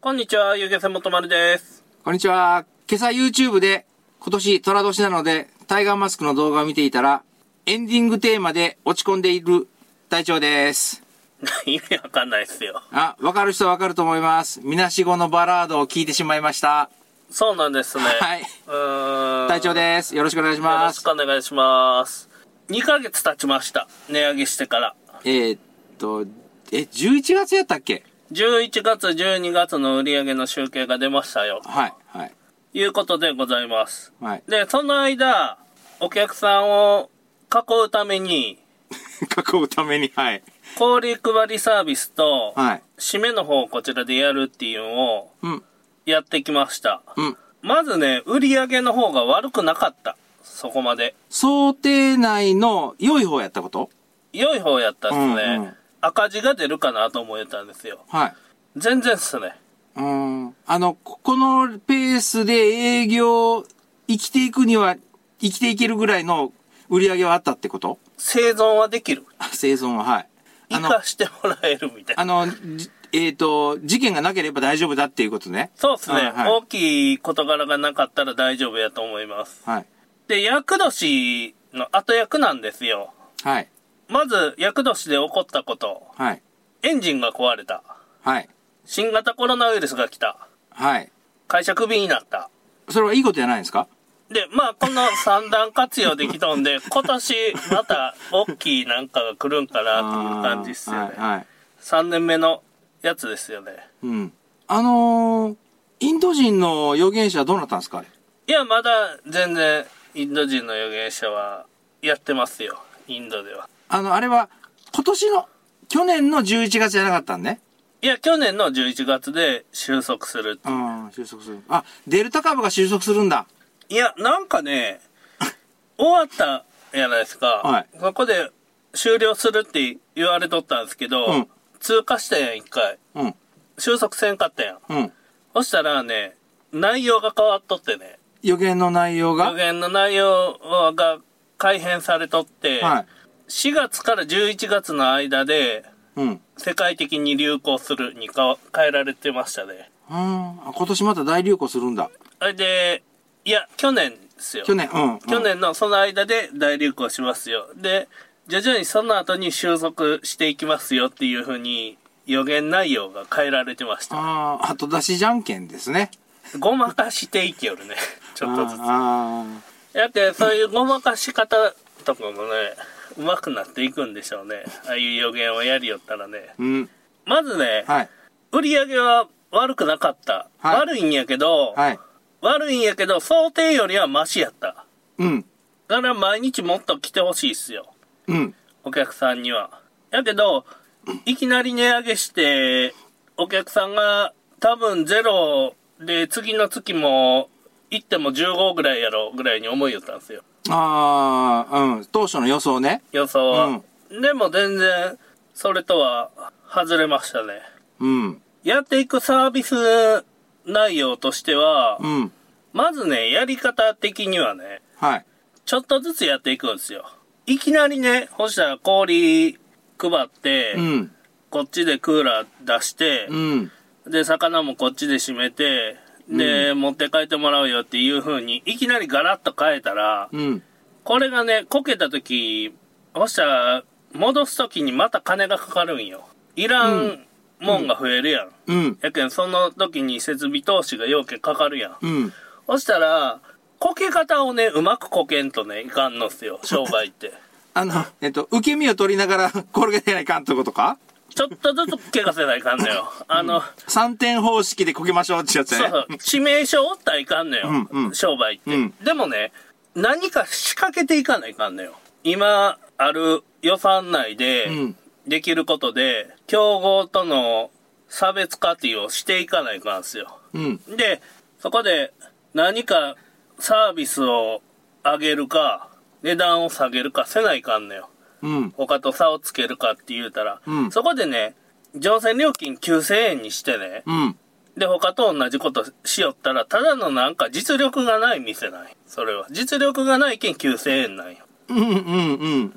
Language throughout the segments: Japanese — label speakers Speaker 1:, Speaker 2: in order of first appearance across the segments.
Speaker 1: こんにちは、ゆうげさんもとまるです。
Speaker 2: こんにちは。今朝 YouTube で今年虎年なのでタイガーマスクの動画を見ていたらエンディングテーマで落ち込んでいる隊長です。
Speaker 1: 意味わかんないっすよ。
Speaker 2: あ、わかる人はわかると思います。みなしごのバラードを聞いてしまいました。
Speaker 1: そうなんですね。
Speaker 2: はい。
Speaker 1: うーん。
Speaker 2: 隊長
Speaker 1: よ
Speaker 2: です。よろしくお願いし
Speaker 1: ろ
Speaker 2: ま
Speaker 1: し
Speaker 2: す
Speaker 1: く。お願いします。2ヶ月経ちました。値上げしてから。
Speaker 2: えーっと、え、11月やったっけ
Speaker 1: 11月、12月の売り上げの集計が出ましたよ。
Speaker 2: はい、はい、
Speaker 1: いうことでございます。
Speaker 2: はい。
Speaker 1: で、その間、お客さんを囲うために、
Speaker 2: 囲うために、はい。
Speaker 1: 氷配りサービスと、
Speaker 2: はい。
Speaker 1: 締めの方をこちらでやるっていうのを
Speaker 2: うん、
Speaker 1: やってきました。
Speaker 2: うん。
Speaker 1: まずね、売り上げの方が悪くなかった。そこまで。
Speaker 2: 想定内の良い方やったこと
Speaker 1: 良い方やったっすね。
Speaker 2: うんうん
Speaker 1: 赤字が出るかなと思えたんですよ。
Speaker 2: はい。
Speaker 1: 全然っすね。
Speaker 2: うーんあの、ここのペースで営業、生きていくには、生きていけるぐらいの売り上げはあったってこと
Speaker 1: 生存はできる。
Speaker 2: あ生存は、はい。あ
Speaker 1: 生
Speaker 2: の
Speaker 1: か、してもらえるみたいな
Speaker 2: あ。の、じえっ、と、事件がなければ大丈夫だっていうことね。
Speaker 1: そうっすね、
Speaker 2: はいはい
Speaker 1: 大きい事柄がなかったら大丈夫やと思います。
Speaker 2: はい。
Speaker 1: で、厄年の後役なんですよ。
Speaker 2: はい。
Speaker 1: まず、厄年で起こったこと。
Speaker 2: はい。
Speaker 1: エンジンが壊れた。
Speaker 2: はい。
Speaker 1: 新型コロナウイルスが来た。
Speaker 2: はい。
Speaker 1: 会社クビになった。
Speaker 2: それはいいことじゃないんですか
Speaker 1: で、まあ、この三段活用できたん で、今年また大きいなんかが来るんかなっていう感じっすよね。
Speaker 2: あーはい。はい。
Speaker 1: 3年目のやつですよね。
Speaker 2: うん。あのーインド人の預言者はどうなったんですかあれ
Speaker 1: いや、まだ全然インド人の預言者はやってますよ。インドでは。
Speaker 2: あの、あれは、今年の、去年の11月じゃなかったんね。
Speaker 1: いや、去年の11月で収束する。
Speaker 2: うん、収束する。あ、デルタ株が収束するんだ。
Speaker 1: いや、なんかね、終わったじゃないですか。
Speaker 2: はい
Speaker 1: そこで終了するって言われとったんですけど、
Speaker 2: うん
Speaker 1: 通過したやん、一回。
Speaker 2: うん、
Speaker 1: 収束せんかったやん。
Speaker 2: うん。
Speaker 1: そしたらね、内容が変わっとってね。
Speaker 2: 予言の内容が
Speaker 1: 予言の内容が改変されとって、
Speaker 2: はい。
Speaker 1: 4月から11月の間で、
Speaker 2: うん。うん。
Speaker 1: 世界的に流行するにか変えられてましたね。
Speaker 2: あ今年また大流行するんだ。
Speaker 1: あれで、いや、去年ですよ。
Speaker 2: 去。年、うん。うん
Speaker 1: 去。年のその間で大流行しますよ。で、徐々にその後に収束していきますよっていう風に予言内容が変えられてました。
Speaker 2: ああ、後出しじゃんけんですね。
Speaker 1: ごまかしていきよるね。ちょっとずつ。
Speaker 2: あ
Speaker 1: だってそういうごまかし方とかもね上手くなっていくんでしょうねああいう予言をやりよったらね
Speaker 2: ーうん。
Speaker 1: まずね、
Speaker 2: はい。
Speaker 1: 売り上げは悪くなかった、
Speaker 2: はい
Speaker 1: 悪いんやけど、
Speaker 2: はい。
Speaker 1: 悪いんやけど想定よりはマシやった
Speaker 2: うん。
Speaker 1: だから毎日もっと来てほしいっすよ
Speaker 2: うん。
Speaker 1: お客さんにはやけどいきなり値上げしてお客さんが多分ゼロで次の月も行っても15ぐらいやろぐらいに思いよったんですよ
Speaker 2: ああ、うん。当初の予想ね。
Speaker 1: 予想は、でも全然それとは外れましたね
Speaker 2: うん。
Speaker 1: やっていくサービス内容としては、
Speaker 2: うん。
Speaker 1: まずねやり方的にはね
Speaker 2: はい。
Speaker 1: ちょっとずつやっていくんですよいきなりねそしたら氷配って、
Speaker 2: うん。
Speaker 1: こっちでクーラー出して
Speaker 2: う、ん。
Speaker 1: で魚もこっちで閉めてで、持って帰ってもらうよっていう風にいきなりガラッと変えたら、
Speaker 2: うん。
Speaker 1: これがね、こけた時、そしたら、戻す時にまた金がかかるんよ。いらんもんが増えるやん。
Speaker 2: うん。
Speaker 1: やけん、その時に設備投資が要件かかるやん。
Speaker 2: うん。
Speaker 1: そしたら、こけ方をね、うまくこけんとね、いかんのっすよ、商売って。
Speaker 2: あの、えっと、受け身を取りながら 転げてないかんってことか
Speaker 1: ちょっとずつ怪我せないかんのよ。あの、
Speaker 2: 三点方式でこけましょうってやつね。
Speaker 1: そうそう、致命傷負ったらいかんのよ、
Speaker 2: うんうん
Speaker 1: 商売って、
Speaker 2: うん
Speaker 1: でもね、何か仕掛けていかないかんのよ。今ある予算内で
Speaker 2: うん
Speaker 1: できることで、競合との差別化っていうをしていかないかんすよ。
Speaker 2: うん。
Speaker 1: で、そこで何かサービスを上げるか、値段を下げるかせないかんのよ。
Speaker 2: うん。
Speaker 1: 他と差をつけるかって言うたら、
Speaker 2: うん
Speaker 1: そこでね、乗船料金9000円にしてね、
Speaker 2: うん。
Speaker 1: で、他と同じことしよったら、ただのなんか実力がない店ない。それは。実力がないけん9000円なんよ。
Speaker 2: うんうんうん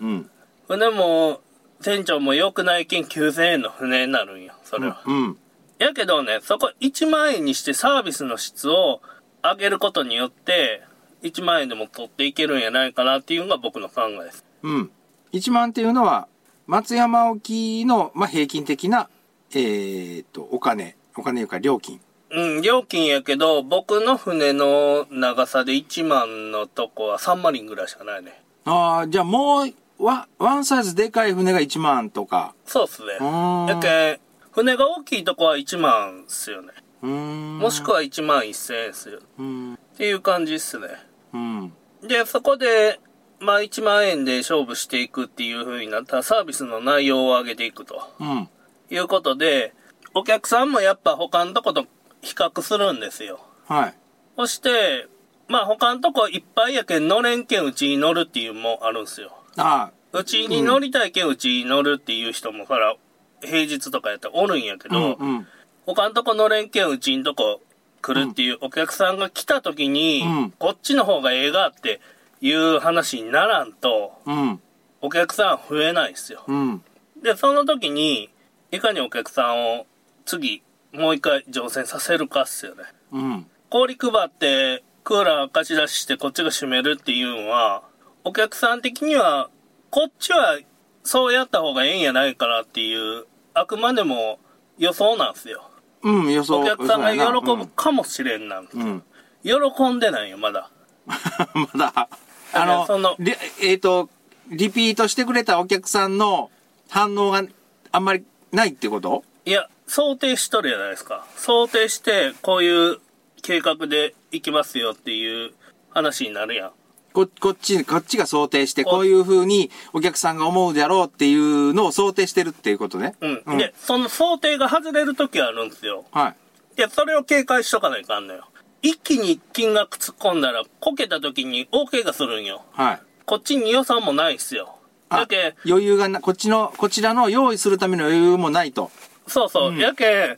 Speaker 2: うん。
Speaker 1: ほんでもう、店長も良くないけん9000円の船になるんよ。それは。
Speaker 2: うん。
Speaker 1: やけどね、そこ1万円にしてサービスの質を上げることによって、1万円でも取っていけるんやないかなっていうのが僕の考えです。
Speaker 2: うん。1万っていうのは、松山沖の、まあ、平均的な、えーっと、お金、お金いうか料金。
Speaker 1: うん、料金やけど、僕の船の長さで1万のとこは3マリンぐらいしかないね。
Speaker 2: ああ、じゃあもう、ワワンサイズでかい船が1万とか。
Speaker 1: そうっすね。
Speaker 2: あー
Speaker 1: やけん、船が大きいとこは1万っすよね。
Speaker 2: うーん。
Speaker 1: もしくは1万1000円っすよ。
Speaker 2: うん。
Speaker 1: っていう感じっすね。
Speaker 2: うん。
Speaker 1: で、そこで、まあ1万円で勝負していくっていう風になったらサービスの内容を上げていくと
Speaker 2: うん。
Speaker 1: いうことで、お客さんもやっぱ他のとこと比較するんですよ。
Speaker 2: はい。
Speaker 1: そして、まあ他のとこいっぱいやけん乗れんけんうちに乗るっていうのもあるんですよ。
Speaker 2: ああ、
Speaker 1: うちに乗りたいけんうちに乗るっていう人もほら、平日とかやったらおるんやけ
Speaker 2: うん
Speaker 1: ど、
Speaker 2: うん。
Speaker 1: 他のとこ乗れんけんうちんとこ来るっていうお客さんが来た時に、
Speaker 2: うん
Speaker 1: こっちの方がええがっていう話にならんと、
Speaker 2: うん。
Speaker 1: お客さん増えないですよ。
Speaker 2: うん。
Speaker 1: で、その時に、いかにお客さんを次、もう一回乗船させるかっすよね。
Speaker 2: うん。
Speaker 1: 氷配ってクーラー貸し出ししてこっちが閉めるっていうのはお客さん的にはこっちはそうやった方がええんやないからっていうあくまでも予想なんですよ
Speaker 2: うん、予想。
Speaker 1: お客さんが
Speaker 2: 予想やな
Speaker 1: 喜ぶかもしれんなん、
Speaker 2: うん。うん。
Speaker 1: 喜んでないよまだ
Speaker 2: まだ、
Speaker 1: だ
Speaker 2: あ
Speaker 1: から
Speaker 2: の、
Speaker 1: その
Speaker 2: りえっ、と、リピートしてくれたお客さんの反応があんまりないってこと
Speaker 1: いや想定しとるじゃないですか想定してこういう計画で行きますよっていう話になるやん
Speaker 2: ここっち、こっちが想定して、こういう風にお客さんが思うだろうっていうのを想定してるっていうことね。
Speaker 1: うん、
Speaker 2: うん
Speaker 1: でその想定が外れる時あるんですよ
Speaker 2: はい。
Speaker 1: いや、それを警戒しとかないかんのよ。一気に金額突っ込んだら、こけた時に大怪我するんよ。
Speaker 2: はい。
Speaker 1: こっちに予算もないっすよ。
Speaker 2: あ
Speaker 1: やけ、
Speaker 2: 余裕がな、こっちの、こちらの用意するための余裕もないと。
Speaker 1: そうそう、やけ、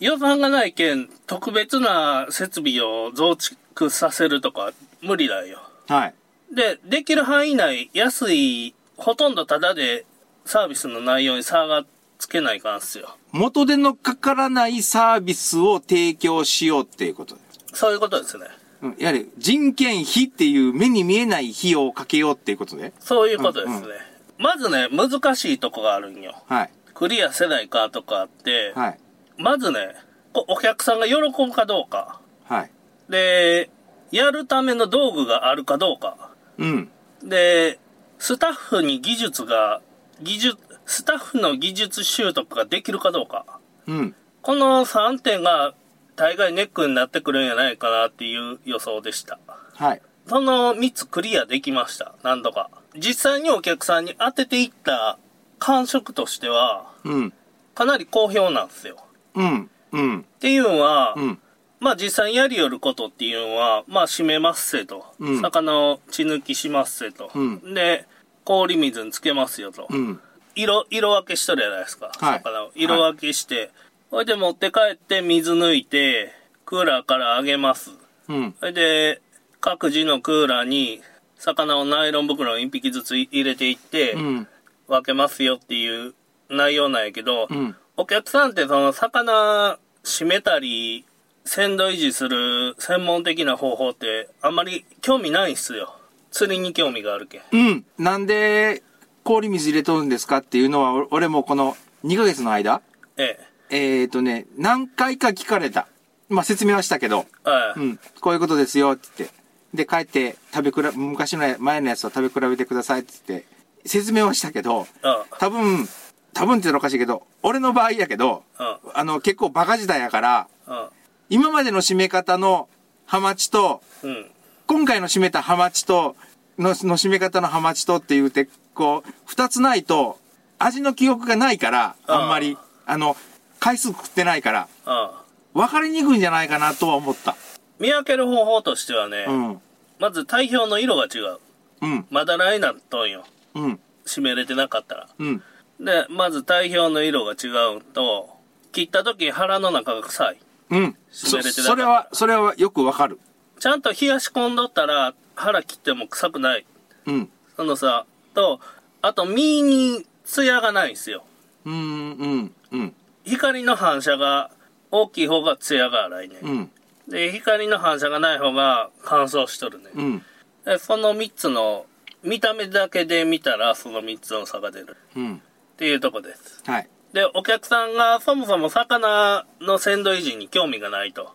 Speaker 1: 予算がないけん、特別な設備を増築させるとか、無理だよ。
Speaker 2: はい。
Speaker 1: で、できる範囲内、安い、ほとんどタダで、サービスの内容に差がつけないかんっすよ。
Speaker 2: 元手のかからないサービスを提供しようっていうことです。
Speaker 1: そういうことですね。
Speaker 2: うんやはり人件費っていう目に見えない費用をかけようっていうことで。
Speaker 1: そういうことですね。
Speaker 2: うんう
Speaker 1: まずね、難しいとこがあるんよ。
Speaker 2: はい。
Speaker 1: クリアせないかとかあって、
Speaker 2: はい。
Speaker 1: まずね、こお客さんが喜ぶかどうか。
Speaker 2: はい。
Speaker 1: で、やるための道具があるかどうか。
Speaker 2: うん。
Speaker 1: で、スタッフに技術が、技術、スタッフの技術習得ができるかどうか。
Speaker 2: うん。
Speaker 1: この3点が大概ネックになってくるんじゃないかなっていう予想でした。
Speaker 2: はい。
Speaker 1: その3つクリアできました。何度か。実際にお客さんに当てていった感触としては、
Speaker 2: うん。
Speaker 1: かなり好評なんですよ。
Speaker 2: うん。うん。
Speaker 1: っていうのは、
Speaker 2: うん。
Speaker 1: まあ実際にやりよることっていうのは、まあ締めますせと。
Speaker 2: うん
Speaker 1: 魚を血抜きしますせと。
Speaker 2: うん
Speaker 1: で、氷水につけますよと。
Speaker 2: うん。
Speaker 1: 色、色分けしとるじゃないですか。
Speaker 2: はい
Speaker 1: 魚を。色分けして。ほ、いで持って帰って水抜いて、クーラーから上げます。
Speaker 2: うん。
Speaker 1: それで、各自のクーラーに、魚をナイロン袋に一匹ずつ入れていって、
Speaker 2: うん。
Speaker 1: 分けますよっていう内容なんやけど、
Speaker 2: うん。
Speaker 1: お客さんってその魚締めたり鮮度維持する専門的な方法ってあんまり興味ないんすよ釣りに興味があるけん
Speaker 2: うん。なんで、氷水入れとるんですかっていうのは、お俺もこの2ヶ月の間、
Speaker 1: ええ
Speaker 2: えーとね、何回か聞かれた。まあ、説明はしたけど、
Speaker 1: ああ、
Speaker 2: うん。こういうことですよ、って言って。で、帰って、食べ比べ、昔のや前のやつと食べ比べてください、って言って、説明はしたけど、
Speaker 1: あ
Speaker 2: 多分、多分って言ったらおかしいけど、俺の場合やけど、
Speaker 1: あ
Speaker 2: あの、結構バカ時代やから、
Speaker 1: ああ
Speaker 2: 今までの締め方のハマチと、
Speaker 1: うん
Speaker 2: 今回の締めたハマチとの、の締め方のハマチとっていうて、こう、二つないと、味の記憶がないから、
Speaker 1: あー
Speaker 2: あんまり、あの、回数食ってないから、
Speaker 1: ああ
Speaker 2: 分かりにくいんじゃないかなとは思った。
Speaker 1: 見分ける方法としてはね、
Speaker 2: うん。
Speaker 1: まず体表の色が違う
Speaker 2: うん。
Speaker 1: まだらいなっとんよ
Speaker 2: うん。
Speaker 1: 締めれてなかったら
Speaker 2: うん。
Speaker 1: でまず体表の色が違うと切った時腹の中が臭い
Speaker 2: うん。
Speaker 1: 締
Speaker 2: そ
Speaker 1: めれてなかった
Speaker 2: それは、それはよくわかる。
Speaker 1: ちゃんと冷やし込んどったら腹切っても臭くない
Speaker 2: うん。
Speaker 1: そのさ、と、あと、身に艶がないんですよ。
Speaker 2: うん、うん、うん。
Speaker 1: 光の反射が大きい方が艶が荒いね、
Speaker 2: うん。
Speaker 1: で光の反射がない方が乾燥しとるね、
Speaker 2: うん。
Speaker 1: でその3つの見た目だけで見たらその3つの差が出る
Speaker 2: うん。
Speaker 1: っていうとこです
Speaker 2: はい。
Speaker 1: でお客さんがそもそも魚の鮮度維持に興味がないと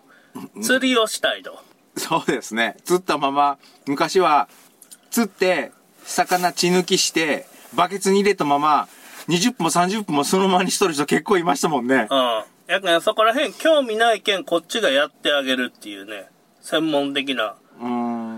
Speaker 1: 釣りをしたいと
Speaker 2: そうですね。釣ったまま、昔は、釣って、魚血抜きして、バケツに入れたまま、20分も30分もそのままにしとる人結構いましたもんね。
Speaker 1: うんやけんそこら辺興味ないけんこっちがやってあげるっていうね専門的な
Speaker 2: うー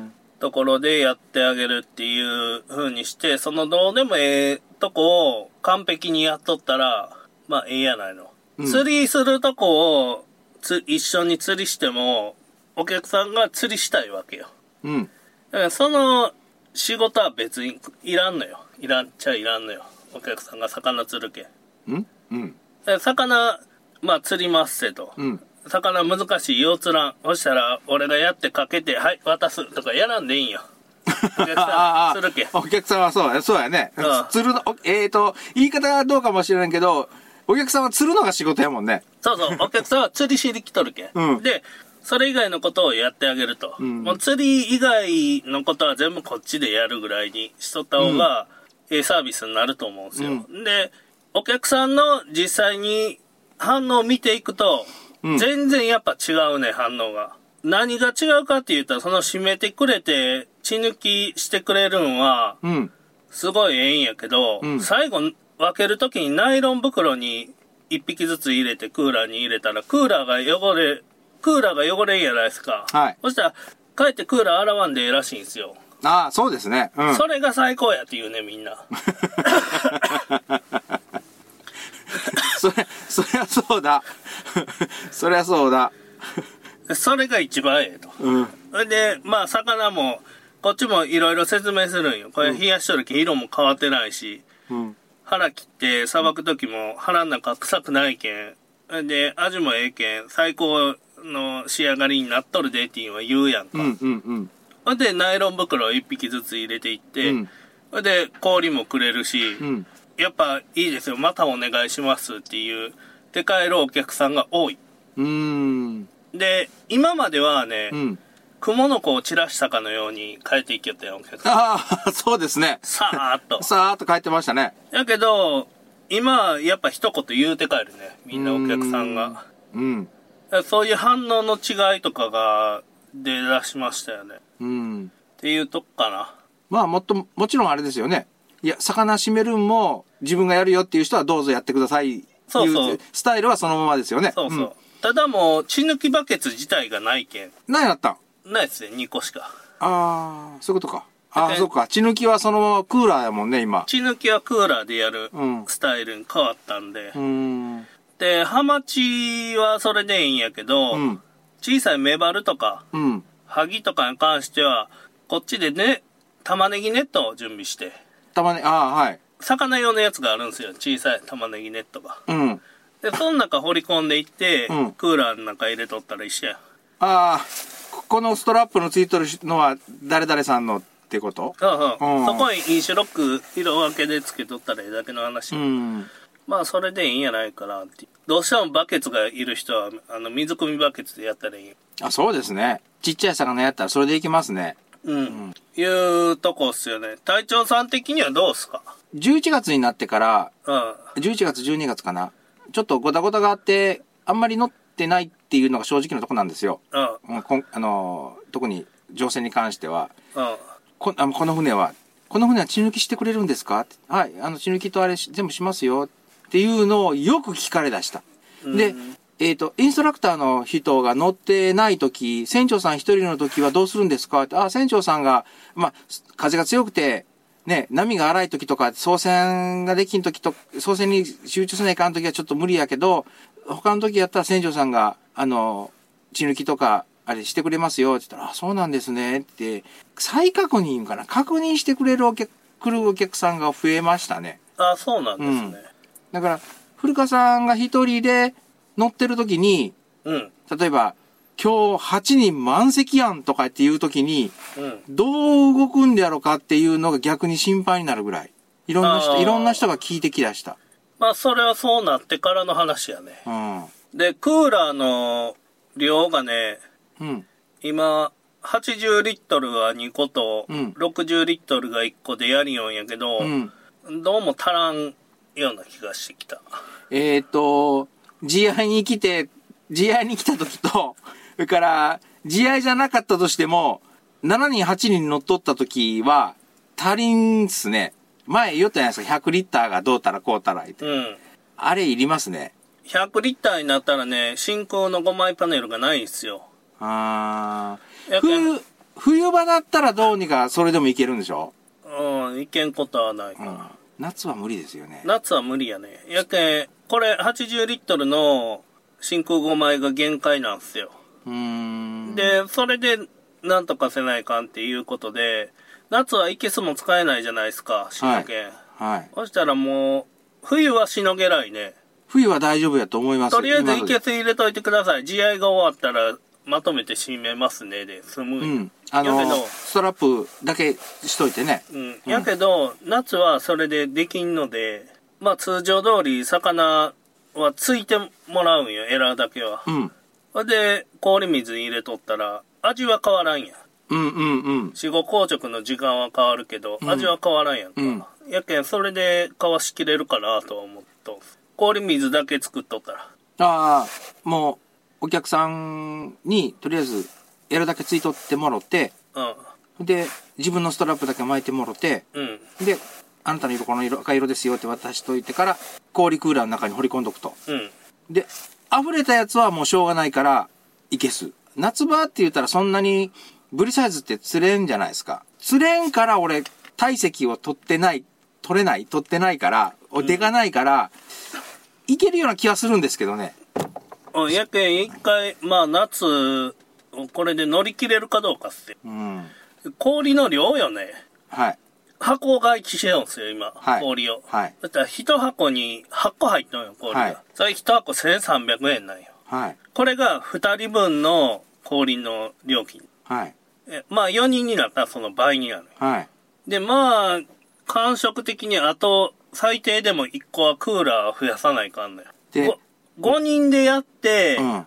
Speaker 2: ん。
Speaker 1: ところでやってあげるっていう風にして、そのどうでもええとこを完璧にやっとったら、まあええやないの。
Speaker 2: うん
Speaker 1: 釣りするとこをつ一緒に釣りしても、お客さんが釣りしたいわけよ。
Speaker 2: うん。
Speaker 1: だからその仕事は別にいらんのよ。いらんっちゃいらんのよ。お客さんが魚釣るけん。
Speaker 2: うんうん。
Speaker 1: で魚、まあ釣りますせと。
Speaker 2: うん。
Speaker 1: 魚難しいようつらんそしたら俺がやってかけてはい渡すとかやらんでいいんよお客さんするけ
Speaker 2: お客さんはそうや、そうやね
Speaker 1: うん。
Speaker 2: 釣るの、おえーと、言い方はどうかもしれんけど、お客さんは釣るのが仕事やもんね。
Speaker 1: そうそうお客さ んは釣りしに来とるけ、
Speaker 2: うん
Speaker 1: でそれ以外のことをやってあげると、
Speaker 2: ん
Speaker 1: もう釣り以外のことは全部こっちでやるぐらいにしとった方が、ええサービスになると思うんですよ、でお客さんの実際に反応を見ていくと、
Speaker 2: うん
Speaker 1: 全然やっぱ違うね反応が何が違うかって言ったらその締めてくれて血抜きしてくれるんは
Speaker 2: うん。
Speaker 1: すごいええんやけど、
Speaker 2: うん
Speaker 1: 最後分けるときにナイロン袋に1匹ずつ入れてクーラーに入れたらクーラーが汚れクーラーが汚れんやないですか、
Speaker 2: はい
Speaker 1: そしたら帰ってクーラー洗わんでええらしいんですよ、
Speaker 2: ああ、そうですね。うん。
Speaker 1: それが最高やって言うねみん な
Speaker 2: それ、そりゃそうだ。 そりゃそうだ。
Speaker 1: それが一番ええと
Speaker 2: うん。
Speaker 1: それでまあ魚もこっちもいろいろ説明するんよこれ冷やしとるけ色も変わってないし
Speaker 2: うん。
Speaker 1: 腹切ってさばく時も腹の中臭くないけんで味もええけん最高の仕上がりになっとるでっていうのは言うやんか、
Speaker 2: うんうんうん。
Speaker 1: ほんでナイロン袋を1匹ずつ入れていって、
Speaker 2: うん
Speaker 1: ほんで氷もくれるし、
Speaker 2: うん。
Speaker 1: やっぱいいですよまたお願いしますっていうで帰るお客さんが多いう
Speaker 2: ーん。
Speaker 1: で今まではね、
Speaker 2: うん。
Speaker 1: 蜘蛛の子を散らしたかのように帰っていきよったよお客さん
Speaker 2: ああ、そうですね。
Speaker 1: さーっと
Speaker 2: さーっと帰ってましたね。
Speaker 1: やけど今やっぱ一言言うて帰るねみんなお客さんが。
Speaker 2: うん。
Speaker 1: そういう反応の違いとかが出だしましたよね。っ
Speaker 2: うん。
Speaker 1: ていうとこかな。
Speaker 2: まあ、もっと、もちろんあれですよね。いや、魚締めるんも自分がやるよっていう人はどうぞやってください。
Speaker 1: そうそう
Speaker 2: いスタイルはそのままですよね。
Speaker 1: そうそう。ただもう、血抜きバケツ自体がないけん。
Speaker 2: うん。何やったん
Speaker 1: ないですね、2個しか。
Speaker 2: ああ、そういうことか。あ
Speaker 1: だ
Speaker 2: あ、
Speaker 1: から
Speaker 2: そうか。血抜きはそのままクーラーやもんね、今。
Speaker 1: 血抜きはクーラーでやる
Speaker 2: うん
Speaker 1: スタイルに変わったんで
Speaker 2: う。ーん。
Speaker 1: で、ハマチはそれでいいんやけど、
Speaker 2: うん。
Speaker 1: 小さいメバルとか、
Speaker 2: うん。
Speaker 1: ハギとかに関しては、こっちでね、玉ねぎネットを準備して。
Speaker 2: たまに、ああ、はい。
Speaker 1: 魚用のやつがあるんですよ、小さい玉ねぎネットが。
Speaker 2: うん。
Speaker 1: で、その中掘り込んでいって、
Speaker 2: うん
Speaker 1: クーラーの中入れとったら一緒や。
Speaker 2: ああ、ここのストラップのついてるのは誰々さんのってこと
Speaker 1: そうそう
Speaker 2: うん
Speaker 1: そこに飲酒ロック色分けでつけとったらええだけの話、
Speaker 2: うん。
Speaker 1: まあそれでいいんやないかなってどうしてもバケツがいる人はあの水汲みバケツでやったらいい
Speaker 2: あ、そうですね。ちっちゃい魚やったらそれでいきますね。
Speaker 1: うん、いうとこっすよね隊長さん的にはどうっすか
Speaker 2: 11月になってから、
Speaker 1: うん
Speaker 2: 11月、12月かな。ちょっとごたごたがあって、あんまり乗ってないっていうのが正直なとこなんですよ。
Speaker 1: うん
Speaker 2: うんこんあのー、特に情勢に関しては。
Speaker 1: うん
Speaker 2: こあこの船は、この船は血抜きしてくれるんですかってはい、あの血抜きとあれし全部しますよっていうのをよく聞かれだした。で、えっ、と、インストラクターの人が乗ってない時、船長さん一人の時はどうするんですかって、あ、船長さんが、まあ、す風が強くて、ね、波が荒い時とか、操船ができん時と、操船に集中せないかん時はちょっと無理やけど、他の時やったら船長さんが、あの、血抜きとか、あれしてくれますよって言ったら、あ、そうなんですねって、再確認かな確認してくれるお客、来るお客さんが増えましたね。
Speaker 1: あそうなんですね
Speaker 2: だから、古川さんが一人で乗ってる時に、
Speaker 1: うん
Speaker 2: 例えば、今日8人満席やんとかっていう時に、
Speaker 1: うん、
Speaker 2: どう動くんでやろうかっていうのが逆に心配になるぐらい。いろんな
Speaker 1: あ
Speaker 2: 人、
Speaker 1: ー
Speaker 2: いろんな人が聞いてきだした。
Speaker 1: まあそれはそうなってからの話やね
Speaker 2: うん。
Speaker 1: で、クーラーの量がね、
Speaker 2: うん。
Speaker 1: 今、80リットルは2個と、
Speaker 2: うん
Speaker 1: 60リットルが1個でやりよんやけど、
Speaker 2: うん。
Speaker 1: どうも足らんような気がしてきた。
Speaker 2: えっ、と、GI に来て、GI に来た時と、 それから、GI じゃなかったとしても、7人、8人乗っ取った時は、足りんっすね。前言ったじゃないですか、100リッターがどうたらこうたら言って。
Speaker 1: うん。
Speaker 2: あれいりますね。
Speaker 1: 100リッターになったらね、真空の5枚パネルがないんすよ。
Speaker 2: あ
Speaker 1: や
Speaker 2: ー
Speaker 1: っぱり
Speaker 2: 冬、冬場だったらどうにかそれでもいけるんでしょ
Speaker 1: うん、いけんことはないか
Speaker 2: う
Speaker 1: ら。
Speaker 2: ん。夏は無理ですよね。
Speaker 1: 夏は無理やね。やけん、これ80リットルの真空5枚が限界なんすよ。
Speaker 2: うーん。、
Speaker 1: で、それで、なんとかせないかんっていうことで、夏はいけすも使えないじゃないですか、しのげん。
Speaker 2: はい。
Speaker 1: そしたらもう、冬はしのげないね。
Speaker 2: 冬は大丈夫やと思います。
Speaker 1: とりあえず
Speaker 2: 今
Speaker 1: い
Speaker 2: の
Speaker 1: けす入れといてください。試合が終わったら、まとめて締めますね、で、済む。
Speaker 2: うん。あ
Speaker 1: やけ
Speaker 2: の、
Speaker 1: ど
Speaker 2: ストラップだけしといてね。
Speaker 1: うん、やけど、夏はそれでできんので、まあ通常通り魚はついてもらうんよ、エラーだけは
Speaker 2: う。ん。
Speaker 1: ほんで、氷水に入れとったら、味は変わらんやん。
Speaker 2: うんうんうん。
Speaker 1: 死後硬直の時間は変わるけど、味は変わらんやんか。
Speaker 2: うん
Speaker 1: やけん、それでかわしきれるかなとは思っとんす。氷水だけ作っとったら。
Speaker 2: ああ、もう、お客さんに、とりあえず、やるだけついとってもろて、で、自分のストラップだけ巻いてもろて、
Speaker 1: うん。うん。
Speaker 2: で、あなたの色この色、赤色ですよって渡しといてから、氷クーラーの中に掘り込んどくと。
Speaker 1: うん。
Speaker 2: で、溢れたやつはもうしょうがないから、いけす。夏場って言ったらそんなに、ブリサイズって釣れんじゃないですか。釣れんから俺、体積を取ってない、取れない、取ってないから、お出がないから、いけるような気はするんですけどね。
Speaker 1: うん。やけん、一回、まあ夏をこれで乗り切れるかどうかっすよ。
Speaker 2: うん。
Speaker 1: 氷の量よね。
Speaker 2: はい。
Speaker 1: 箱買いしてるんすよ、今。
Speaker 2: はい
Speaker 1: 氷を。
Speaker 2: はい
Speaker 1: だったら、一箱に8個入っとんよ、氷が。
Speaker 2: はい
Speaker 1: それ一箱1300円なんよ。
Speaker 2: はい。
Speaker 1: これが2人分の氷の料金。
Speaker 2: はい。
Speaker 1: えまあ、4人になったらその倍になる。
Speaker 2: はい。
Speaker 1: で、まあ、感触的にあと、最低でも1個はクーラー増やさないかんのよ。
Speaker 2: で
Speaker 1: ご、5人でやって、
Speaker 2: うん。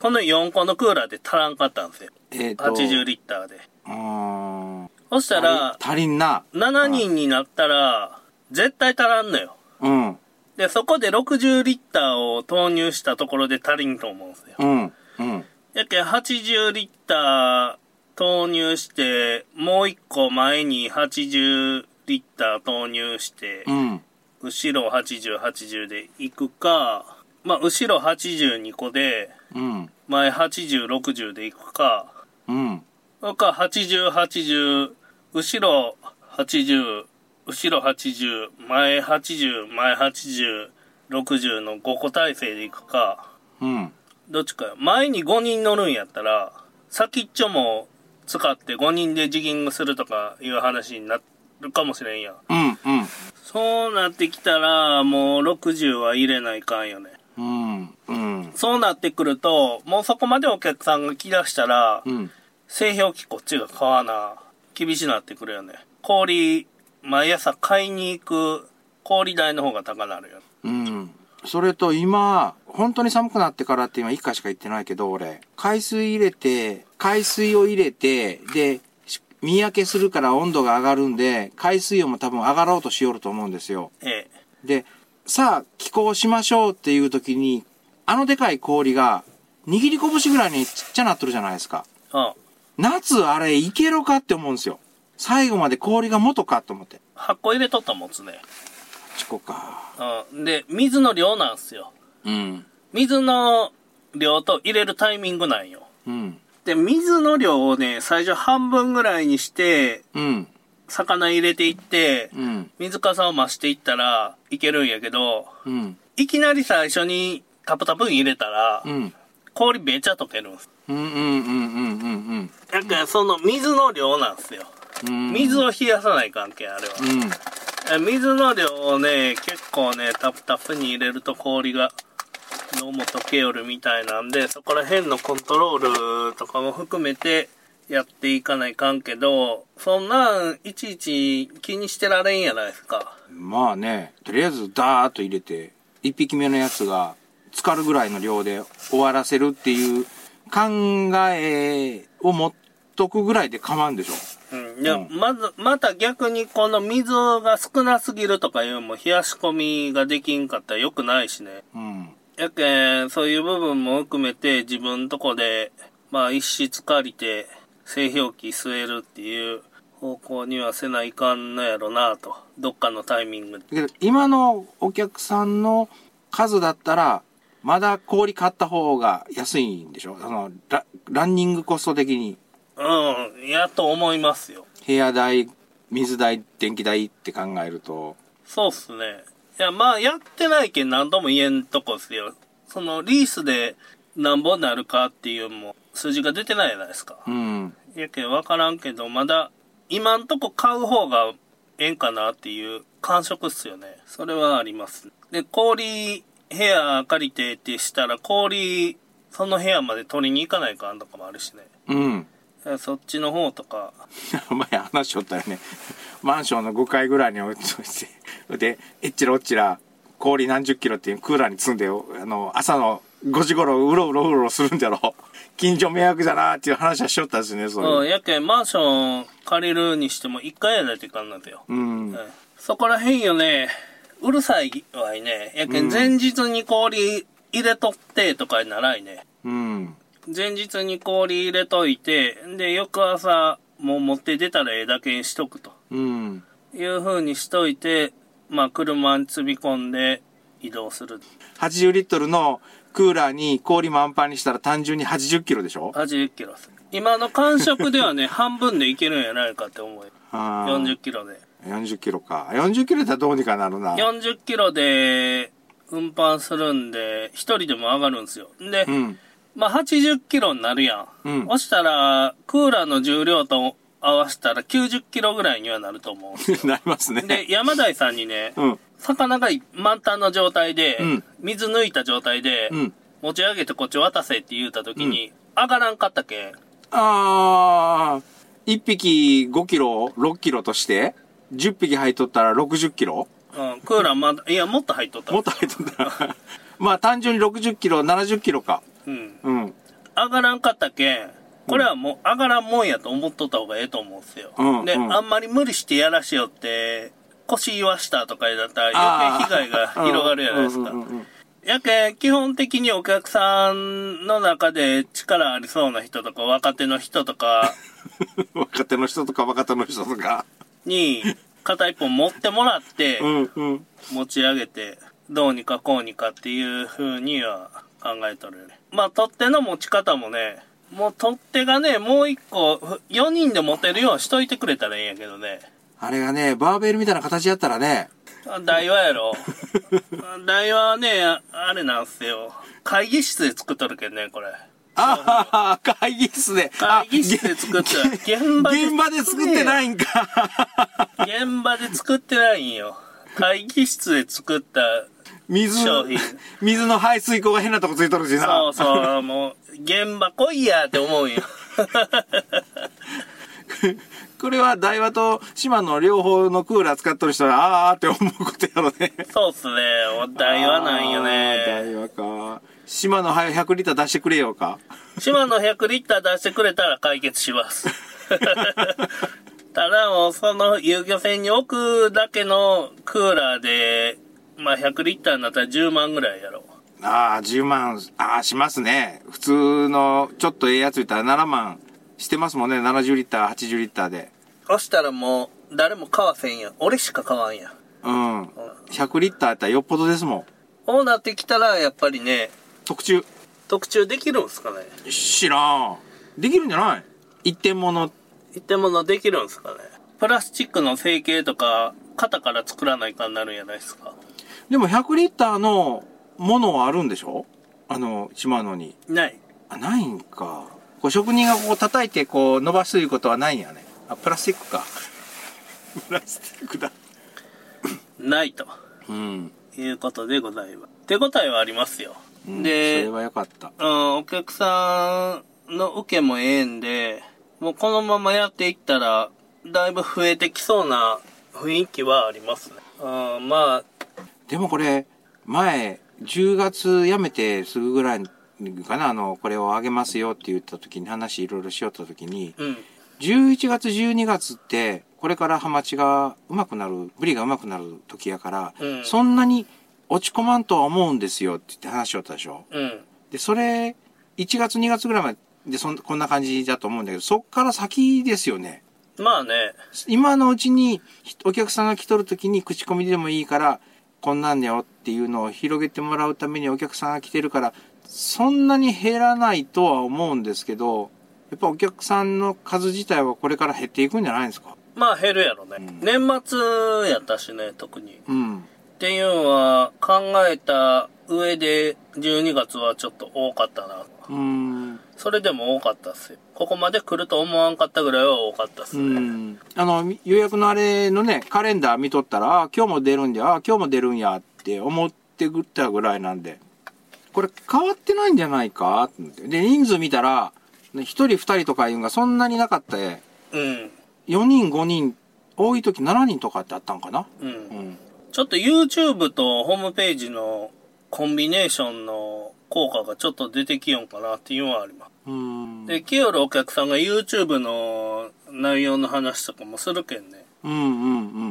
Speaker 1: この4個のクーラーで足らんかったんですよ。
Speaker 2: えっ、と。
Speaker 1: 80リッターで。
Speaker 2: うーん。
Speaker 1: そしたら、
Speaker 2: 足りんな。
Speaker 1: 7人になったら、絶対足らんのよ。
Speaker 2: うん。
Speaker 1: で、そこで60リッターを投入したところで足りんと思うんですよ。
Speaker 2: うん。うん。
Speaker 1: やけん80リッター投入して、もう一個前に80リッター投入して、
Speaker 2: うん。
Speaker 1: 後ろ80、80で行くか、まあ、後ろ82個で、
Speaker 2: うん。
Speaker 1: 前80、60で行くか、
Speaker 2: うん。
Speaker 1: それか80、80、後ろ80、後ろ80、前80、前80、60の5個体制で行くか、
Speaker 2: うん。
Speaker 1: どっちか。前に5人乗るんやったら、先っちょも使って5人でジギングするとかいう話になるかもしれんやん。
Speaker 2: うん。うん。
Speaker 1: そうなってきたら、もう60は入れないかんよね。
Speaker 2: うん。うん。
Speaker 1: そうなってくると、もうそこまでお客さんが来だしたら、
Speaker 2: うん。
Speaker 1: 製氷機こっちが買わな、厳しなってくるよね。氷、毎朝買いに行く氷代の方が高なるよ。
Speaker 2: うん。それと今、本当に寒くなってからって今1回しか行ってないけど、俺、海水入れて、海水を入れて、で、し見分けするから温度が上がるんで、海水温も多分上がろうとしよると思うんですよ。
Speaker 1: ええ。
Speaker 2: で、さあ、寄港しましょうっていう時に、あのでかい氷が、握り拳ぐらいにちっちゃなっとるじゃないですか。
Speaker 1: あ
Speaker 2: 夏あれいけるかって思うんですよ。最後まで氷が元かと思って。
Speaker 1: 箱入れとったもつね。
Speaker 2: チコか。
Speaker 1: うん。で、水の量なんすよ。
Speaker 2: うん。
Speaker 1: 水の量と入れるタイミングなんよ。
Speaker 2: うん。
Speaker 1: で、水の量をね、最初半分ぐらいにして、
Speaker 2: うん。
Speaker 1: 魚入れていって、
Speaker 2: うん。
Speaker 1: 水かさを増していったらいけるんやけど、
Speaker 2: うん。
Speaker 1: いきなり最初にタプタプ入れたら、
Speaker 2: うん。
Speaker 1: 氷めちゃ溶けるんす。
Speaker 2: うんうんうんうんうん
Speaker 1: だからその水の量なんですよ。
Speaker 2: うん。
Speaker 1: 水を冷やさない関係あれは
Speaker 2: う。ん。
Speaker 1: え水の量をね、結構ね、タプタプに入れると氷がどうも溶けよるみたいなんで、そこら辺のコントロールとかも含めてやっていかないかんけど、そんなんいちいち気にしてられんやないですか。
Speaker 2: まあね、とりあえずダーッと入れて、一匹目のやつが浸かるぐらいの量で終わらせるっていう考えを持っとくぐらいで構うんでしょ。
Speaker 1: うん、いや、
Speaker 2: うん
Speaker 1: まず、また逆にこの水が少なすぎるとかいうのも冷やし込みができんかったら良くないしね。
Speaker 2: うん。
Speaker 1: やけん、そういう部分も含めて自分とこで、まあ一室借りて製氷機据えるっていう方向にはせないかんのやろなと。どっかのタイミングで。
Speaker 2: だけど、今のお客さんの数だったら、まだ氷買った方が安いんでしょあのラ、ランニングコスト的に、
Speaker 1: うん、やと思いますよ。
Speaker 2: 部屋代、水代、電気代って考えると、
Speaker 1: そうっすね。いや、まあ、やってないけん何とも言えんとこっすよ。その、リースで何本なるかっていうのも、数字が出てないじゃないですか。
Speaker 2: うん。
Speaker 1: やけん分からんけど、まだ、今んとこ買う方がええんかなっていう感触っすよね。それはあります。で、氷、部屋借りてってしたら、氷、その部屋まで取りに行かないかんとかもあるしね。
Speaker 2: うん。
Speaker 1: いやそっちの方とか、
Speaker 2: 前話しよったよね。マンションの5階ぐらい に置いといて、で、えっちらおっちら、氷何十キロっていうクーラーに積んで、あの、朝の5時頃、うろうろうろうろするんじゃろ。近所迷惑だなっていう話はしよったですね、
Speaker 1: う
Speaker 2: そ
Speaker 1: ん、
Speaker 2: れ。
Speaker 1: やけんマンション借りるにしても一回やないといかんなんだよ。
Speaker 2: うん。
Speaker 1: うんそこらへんよね、うるさいわいね。やけ
Speaker 2: うん
Speaker 1: ん前日に氷入れとってとかにならいね。
Speaker 2: うん。
Speaker 1: 前日に氷入れといて、で、翌朝、もう持って出たらええだけにしとくと
Speaker 2: うん。
Speaker 1: いう風にしといて、まあ車に積み込んで移動する。
Speaker 2: 80リットルのクーラーに氷満杯にしたら単純に80キロでしょ
Speaker 1: 80キロです。今の感触では ね、半分でいけるんやないかって思うよ。40
Speaker 2: 40,
Speaker 1: キロで。
Speaker 2: 40キロか。40キロだったらどうにかなるな。
Speaker 1: 40キロで運搬するんで、一人でも上がるんですよ。で、
Speaker 2: うん。
Speaker 1: まあ、80キロになるやん。
Speaker 2: うん
Speaker 1: そしたら、クーラーの重量と合わせたら90キロぐらいにはなると思
Speaker 2: なりますね。
Speaker 1: う。で、山台さんにね、
Speaker 2: うん。
Speaker 1: 魚が満タンの状態で、
Speaker 2: うん
Speaker 1: 水抜いた状態で、
Speaker 2: うん。
Speaker 1: 持ち上げてこっち渡せって言うた時に、上がらんかったけん。
Speaker 2: あー、1匹5キロ、6キロとして、10匹入っとったら60キロ
Speaker 1: うん、クーラーまだ、いや、もっと入っとった。
Speaker 2: もっと入っとったら。 まあ単純に60キロ、70キロか。
Speaker 1: うん。
Speaker 2: うん。
Speaker 1: 上がらんかったけん、これはもう上がらんもんやと思っとった方がええと思うんすよ。
Speaker 2: うん
Speaker 1: で、
Speaker 2: うん
Speaker 1: あんまり無理してやらしよって、腰言わしたとかだったら
Speaker 2: あ
Speaker 1: 余計被害 が
Speaker 2: ー
Speaker 1: 広がるじゃないですか
Speaker 2: うん。うんうんうん
Speaker 1: やけん、基本的にお客さんの中で力ありそうな人とか若手の人とか
Speaker 2: 若手の人とか若手の人とか。
Speaker 1: に片一本持ってもらって
Speaker 2: う、んうん。
Speaker 1: 持ち上げて、どうにかこうにかっていう風には考えとるよね。まあ、取っ手の持ち方もね、もう取っ手がね、もう一個、4人で持てるようにしといてくれたらええんやけどね。
Speaker 2: あれがね、バーベルみたいな形やったらね、
Speaker 1: 台話や ろ。台話はね、ああれなんすよ。会議室で作っとるけんね、これ。
Speaker 2: ああ、会議室で。あ
Speaker 1: 会議室で作ってない
Speaker 2: げ
Speaker 1: 現場で
Speaker 2: 現場で作ってないんか。
Speaker 1: 現場で作ってないんよ。会議室で作った、
Speaker 2: 水
Speaker 1: 商品、
Speaker 2: 水の排水口が変なとこついとるしな。
Speaker 1: そうそう、もう、現場来いやって思うんよ。
Speaker 2: これは台湾と島の両方のクーラー使っとる人は、あーって思うことやろね。
Speaker 1: そうっすね、もう台話なんよね。
Speaker 2: あー台湾か。島の早く100リッター出してくれようか。
Speaker 1: 島の100リッター出してくれたら解決し ます。ただもうその遊漁船に置くだけのクーラーで、まあ100リッターになったら10万ぐらいやろ。
Speaker 2: ああ、10万、ああ、しますね。普通の、ちょっとええやつ言ったら7万してますもんね。70リッター、80リッターで。
Speaker 1: そしたらもう誰も買わせんやん。俺しか買わんやん。
Speaker 2: うん。100リッターやったらよっぽどですもん。
Speaker 1: こうなってきたらやっぱりね、
Speaker 2: 特注。
Speaker 1: 特注できるんすかね
Speaker 2: 知らん。できるんじゃない一点物。
Speaker 1: 一点物できるんすかねプラスチックの成形とか、型から作らないかになるんやないですか。
Speaker 2: でも100リッターのものはあるんでしょあの、島野に。
Speaker 1: ない。
Speaker 2: あ、ないんか。こう職人がこう叩いてこう伸ばすいうことはないんやね。あ、プラスチックか。プラスチックだ。
Speaker 1: ないと。
Speaker 2: うん。
Speaker 1: いうことでございます。手応えはありますよ。
Speaker 2: うんそれ
Speaker 1: で、
Speaker 2: はよかった。
Speaker 1: うん、お客さんの受けもええんで、もうこのままやっていったら、だいぶ増えてきそうな雰囲気はありますね。うん、まあ、
Speaker 2: でもこれ、前、 10月辞めてすぐぐらいかな、あの、これをあげますよって言った時に、話いろいろしよった時に、
Speaker 1: うん。
Speaker 2: 11月、12月って、これからハマチがうまくなる、ブリがうまくなる時やから、
Speaker 1: うん
Speaker 2: そんなに落ち込まんとは思うんですよって言って話しよったでしょ。
Speaker 1: うん。
Speaker 2: で、それ、1月、2月ぐらいまで、で、そん、こんな感じだと思うんだけど、そっから先ですよね。
Speaker 1: まあね。
Speaker 2: 今のうちに、ひお客さんが来とる時に口コミでもいいから、こんなんだよっていうのを広げてもらうためにお客さんが来てるから、そんなに減らないとは思うんですけど、やっぱお客さんの数自体はこれから減っていくんじゃないんですか
Speaker 1: まあ減るやろね。
Speaker 2: うん
Speaker 1: 年末やったしね、特に。
Speaker 2: うん。
Speaker 1: っていうのは考えた上で12月はちょっと多かったな。
Speaker 2: うーん。
Speaker 1: それでも多かったっすよ。ここまで来ると思わんかったぐらいは多かったっす
Speaker 2: う
Speaker 1: ね。
Speaker 2: ん。あの、予約のあれのね、カレンダー見とったら、あ今日も出るんじゃ、あ今日も出るんやって思ってくったぐらいなんで、これ変わってないんじゃないかって思ってで、人数見たら、ね一人二人とかいうのがそんなになかったえ、
Speaker 1: うん。
Speaker 2: 4人5人、多い時7人とかってあったんかな
Speaker 1: うん。
Speaker 2: うん。
Speaker 1: ちょっと YouTube とホームページのコンビネーションの効果がちょっと出てきよんかなっていうのはあります。
Speaker 2: うん。
Speaker 1: で、来よるお客さんが YouTube の内容の話とかもするけんね。
Speaker 2: うんうんう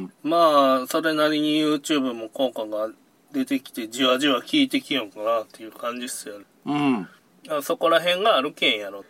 Speaker 2: ん。
Speaker 1: まあ、それなりに YouTube も効果が出てきて、じわじわ効いてきよんかなっていう感じっすよね。
Speaker 2: うん。
Speaker 1: あそこら辺があるけんやろ。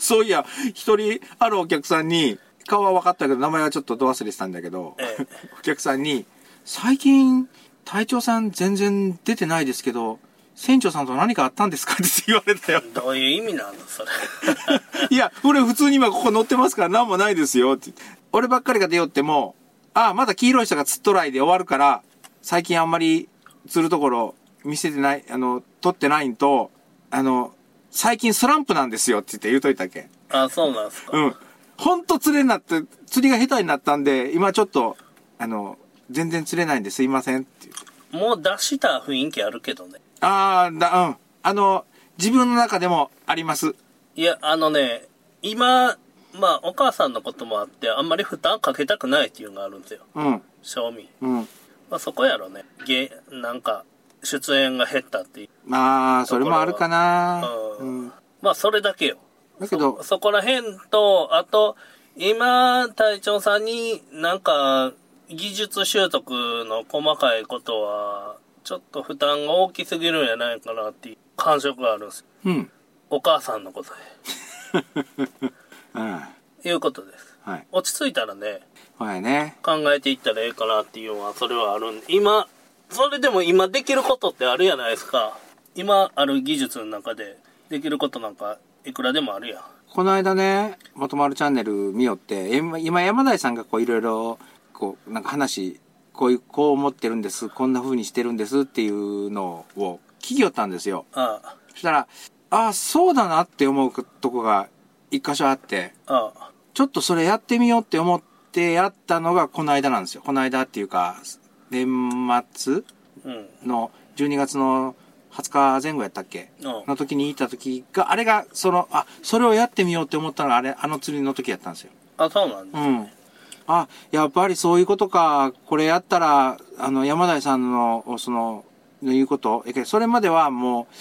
Speaker 2: そういや、一人、あるお客さんに、顔は分かったけど、名前はちょっとど忘れしたんだけど、
Speaker 1: え
Speaker 2: お客さんに、最近、隊長さん全然出てないですけど、船長さんと何かあったんですかって 言われたよ。
Speaker 1: どういう意味なのそれ。
Speaker 2: いや、俺普通に今ここ乗ってますから何もないですよって。俺ばっかりが出よっても、ああ、まだ黄色い人が釣っとらいで終わるから、最近あんまり釣るところ見せてない、あの、撮ってないんと、あの、最近スランプなんですよって言って言うといたっけ。
Speaker 1: あ、そうなんすか。
Speaker 2: うん。ほんと釣れになって、釣りが下手になったんで、今ちょっと、あの、全然釣れないんですいませんって言って。
Speaker 1: もう出した雰囲気あるけどね。
Speaker 2: ああ、だ、うん。あの、自分の中でもあります。
Speaker 1: いや、あのね、今、まあ、お母さんのこともあって、あんまり負担かけたくないっていうのがあるんですよ。
Speaker 2: うん。
Speaker 1: 賞味。
Speaker 2: うん。
Speaker 1: まあ、そこやろね。げ、なんか、出演が減ったっていう。
Speaker 2: まあ、それもあるかな
Speaker 1: う
Speaker 2: うんん。
Speaker 1: まあ、それだけよ。
Speaker 2: だけど
Speaker 1: そ、そこら辺と、あと、今、隊長さんになんか、技術習得の細かいことは、ちょっと負担が大きすぎるんじゃないかなっていう感触があるんですよ。
Speaker 2: うん。
Speaker 1: お母さんのこと
Speaker 2: うん。は
Speaker 1: で。いうことです。
Speaker 2: い。
Speaker 1: 落ち着いたらね、
Speaker 2: ほやね。
Speaker 1: 考えていったらええかなっていうのは、それはあるんで、今、それでも今できることってあるやないですか。今ある技術の中で、できることなんか、いくらでもあるやん。
Speaker 2: この間ね、まとまるチャンネル見よって、えま今山台さんがこういろいろ、こう、なんか話、こういう、こう思ってるんです、こんな風にしてるんですっていうのを聞きよったんですよ。
Speaker 1: ああ、
Speaker 2: そしたら、ああ、そうだなって思うとこが一箇所あって、
Speaker 1: ああ、
Speaker 2: ちょっとそれやってみようって思ってやったのがこの間なんですよ。この間っていうか、年末
Speaker 1: うん、
Speaker 2: の12月の20日前後やったっけ
Speaker 1: うん
Speaker 2: の時に行った時が、あれが、その、あ、それをやってみようって思ったのがあれ、あの釣りの時やったんですよ。
Speaker 1: あ、そうなんだ。
Speaker 2: うん。あ、やっぱりそういうことか。これやったら、あの、山台さんの、その、の言うこと、えけどそれまではもう、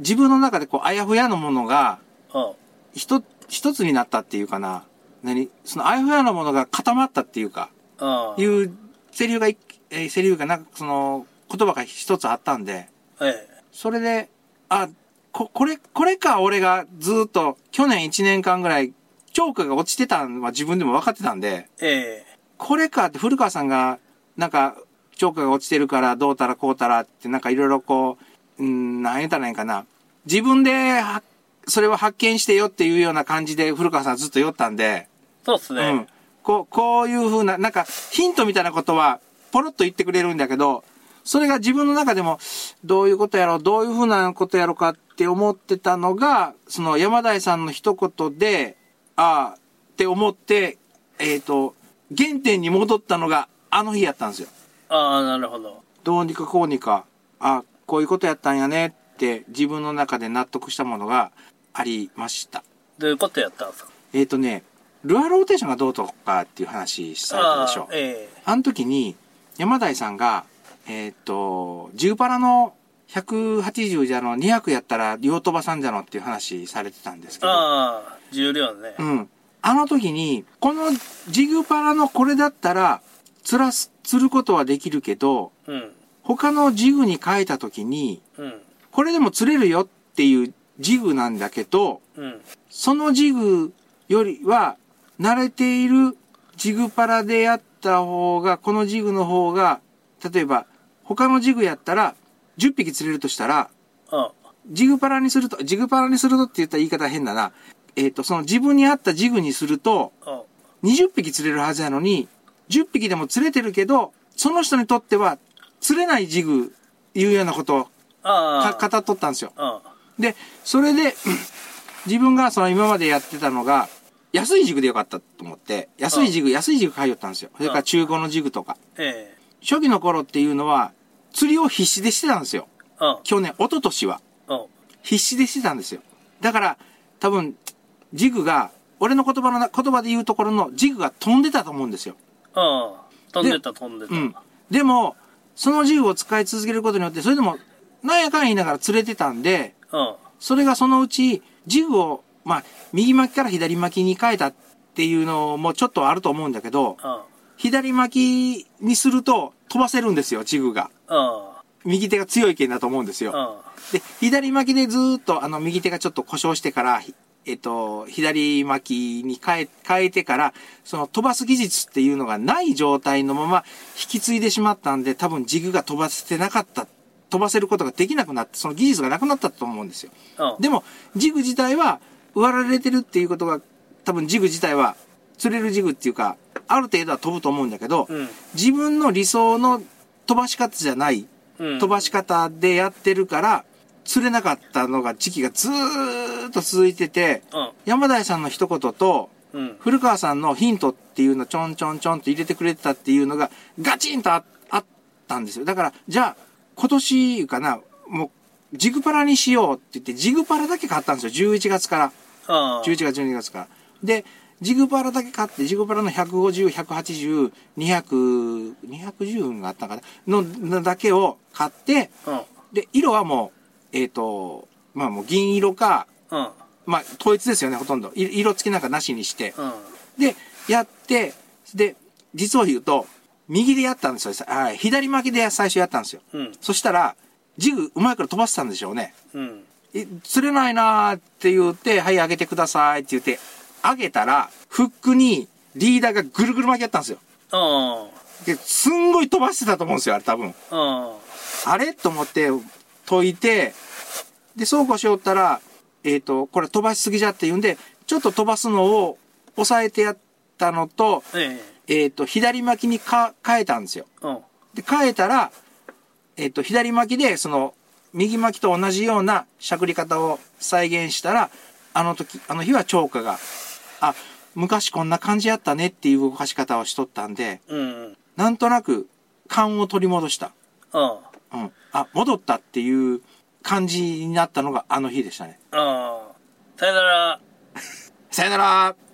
Speaker 2: 自分の中でこう、あやふやのものが、
Speaker 1: ああ
Speaker 2: 一つ、一つになったっていうかな。何その、あやふやのものが固まったっていうか、
Speaker 1: ああ
Speaker 2: い。う、セリフがい、えーセリフがなんか、その、言葉が一つあったんで、
Speaker 1: ええ。
Speaker 2: それで、あ、こ、これ、これか、俺がずーっと、去年1年間ぐらい、チョークが落ちてたのは自分でも分かってたんで、
Speaker 1: ええ。
Speaker 2: これかって古川さんが、なんか、チョークが落ちてるから、どうたらこうたらって、なんかいろいろこう、うん、なんやったらいいんかな。自分で、はそれを発見してよっていうような感じで古川さんずっと酔ったんで、
Speaker 1: そうっす
Speaker 2: う
Speaker 1: ね
Speaker 2: ん。。こう、こういうふうな、なんか、ヒントみたいなことは、ポロッと言ってくれるんだけど、それが自分の中でも、どういうことやろう、どういうふうなことやろうかって思ってたのが、その山台さんの一言で、ああ、って思って、えっ、と、原点に戻ったのが、あの日やったんですよ。
Speaker 1: ああ、なるほど。
Speaker 2: どうにかこうにか、ああ、こういうことやったんやねって、自分の中で納得したものがありました。
Speaker 1: どういうことやったんですか
Speaker 2: えっ、とね、ルアーローテーションがどうとかっていう話されたでしょ
Speaker 1: ああ。え
Speaker 2: あの時に、山台さんが、えーっと、10パラの180じゃの、200やったら両飛ばさんじゃのっていう話されてたんですけど、
Speaker 1: ああ、重量ね。
Speaker 2: うん。あの時に、このジグパラのこれだったら、つらす、釣ることはできるけど、
Speaker 1: うん。
Speaker 2: 他のジグに変えた時に、
Speaker 1: うん。
Speaker 2: これでも釣れるよっていうジグなんだけど、
Speaker 1: うん。
Speaker 2: そのジグよりは、慣れているジグパラでやった方が、このジグの方が、例えば、他のジグやったら、10匹釣れるとしたら、
Speaker 1: あ
Speaker 2: ジグパラにすると、ジグパラにするとって言ったら言い方変だな。えっ、と、その自分に合ったジグにすると、
Speaker 1: あ、
Speaker 2: 20匹釣れるはずなのに、10匹でも釣れてるけど、その人にとっては、釣れないジグ、いうようなことを
Speaker 1: あ
Speaker 2: か
Speaker 1: あ。
Speaker 2: 語っとったんですよ。
Speaker 1: あ
Speaker 2: で、それで、自分がその今までやってたのが、安いジグでよかったと思って、安いジグ、安いジグ買いよったんですよ。それから中古のジグとか。
Speaker 1: ええ。
Speaker 2: 初期の頃っていうのは、釣りを必死でしてたんですよ。
Speaker 1: あ
Speaker 2: 去年、一昨年は。
Speaker 1: あ。
Speaker 2: 必死でしてたんですよ。だから、多分、ジグが、俺の言葉のな、言葉で言うところのジグが飛んでたと思うんですよ。
Speaker 1: ああ。飛んでた飛んでた。
Speaker 2: うん。でも、そのジグを使い続けることによって、それでも、なんやかんや言いながら釣れてたんで、
Speaker 1: あ
Speaker 2: それがそのうち、ジグを、まあ、右巻きから左巻きに変えたっていうのもちょっとあると思うんだけど、
Speaker 1: あ。
Speaker 2: 左巻きにすると飛ばせるんですよ、ジグが。
Speaker 1: ああ。
Speaker 2: 右手が強い剣だと思うんですよ。
Speaker 1: あ
Speaker 2: で、左巻きでずーっと、あの、右手がちょっと故障してから、ひえっと、左巻きに変え、変えてから、その飛ばす技術っていうのがない状態のまま引き継いでしまったんで、多分ジグが飛ばせてなかった、飛ばせることができなくなって、その技術がなくなったと思うんですよ。
Speaker 1: あ。
Speaker 2: でも、ジグ自体は、割られてるっていうことが、多分ジグ自体は、釣れるジグっていうか、ある程度は飛ぶと思うんだけど、
Speaker 1: うん。
Speaker 2: 自分の理想の飛ばし方じゃない、
Speaker 1: うん。
Speaker 2: 飛ばし方でやってるから、釣れなかったのが、時期がずーっと続いてて、
Speaker 1: あ
Speaker 2: 山田井さんの一言と、
Speaker 1: うん。
Speaker 2: 古川さんのヒントっていうのちょんちょんちょんと入れてくれてたっていうのがガチンとああったんですよ。だから、じゃあ、今年かな、もう、ジグパラにしようって言って、ジグパラだけ買ったんですよ。11月から。
Speaker 1: ああ。
Speaker 2: 11月、12月から。で、ジグパラだけ買って、ジグパラの150、180、200、210があったかなの、のだけを買って、
Speaker 1: うん。
Speaker 2: で、色はもう、えっ、と、まあもう銀色か、
Speaker 1: うん。
Speaker 2: まあ統一ですよね、ほとんど。い色付きなんかなしにして。
Speaker 1: うん。
Speaker 2: で、やって、で、実を言うと、右でやったんですよ。さあ左巻きで最初やったんですよ。
Speaker 1: うん。
Speaker 2: そしたら、ジグうまいから飛ばしてたんでしょうね。
Speaker 1: うん。
Speaker 2: え釣れないなーって言って、はい、上げてくださいって言って、上げたら、フックにリーダーがぐるぐる巻きやったんですよ。
Speaker 1: あ
Speaker 2: ですんごい飛ばしてたと思うんですよ、あれ多分。
Speaker 1: あ。あ
Speaker 2: あれと思って解いて、で、そうこうしよったら、えっ、と、これ飛ばしすぎじゃって言うんで、ちょっと飛ばすのを抑えてやったのと、
Speaker 1: あ。ええ。
Speaker 2: えっ、と、左巻きにか変えたんですよ。
Speaker 1: うん。
Speaker 2: で、変えたら、えっ、と、左巻きで、その、右巻きと同じようなしゃくり方を再現したら、あの時、あの日は超過が、あ、昔こんな感じやったねっていう動かし方をしとったんで、
Speaker 1: うん。
Speaker 2: なんとなく勘を取り戻した。
Speaker 1: ああ。
Speaker 2: うん。あ、戻ったっていう感じ
Speaker 1: 어.
Speaker 2: になったのがあの日でしたね。
Speaker 1: ああ。さよなら。
Speaker 2: さよなら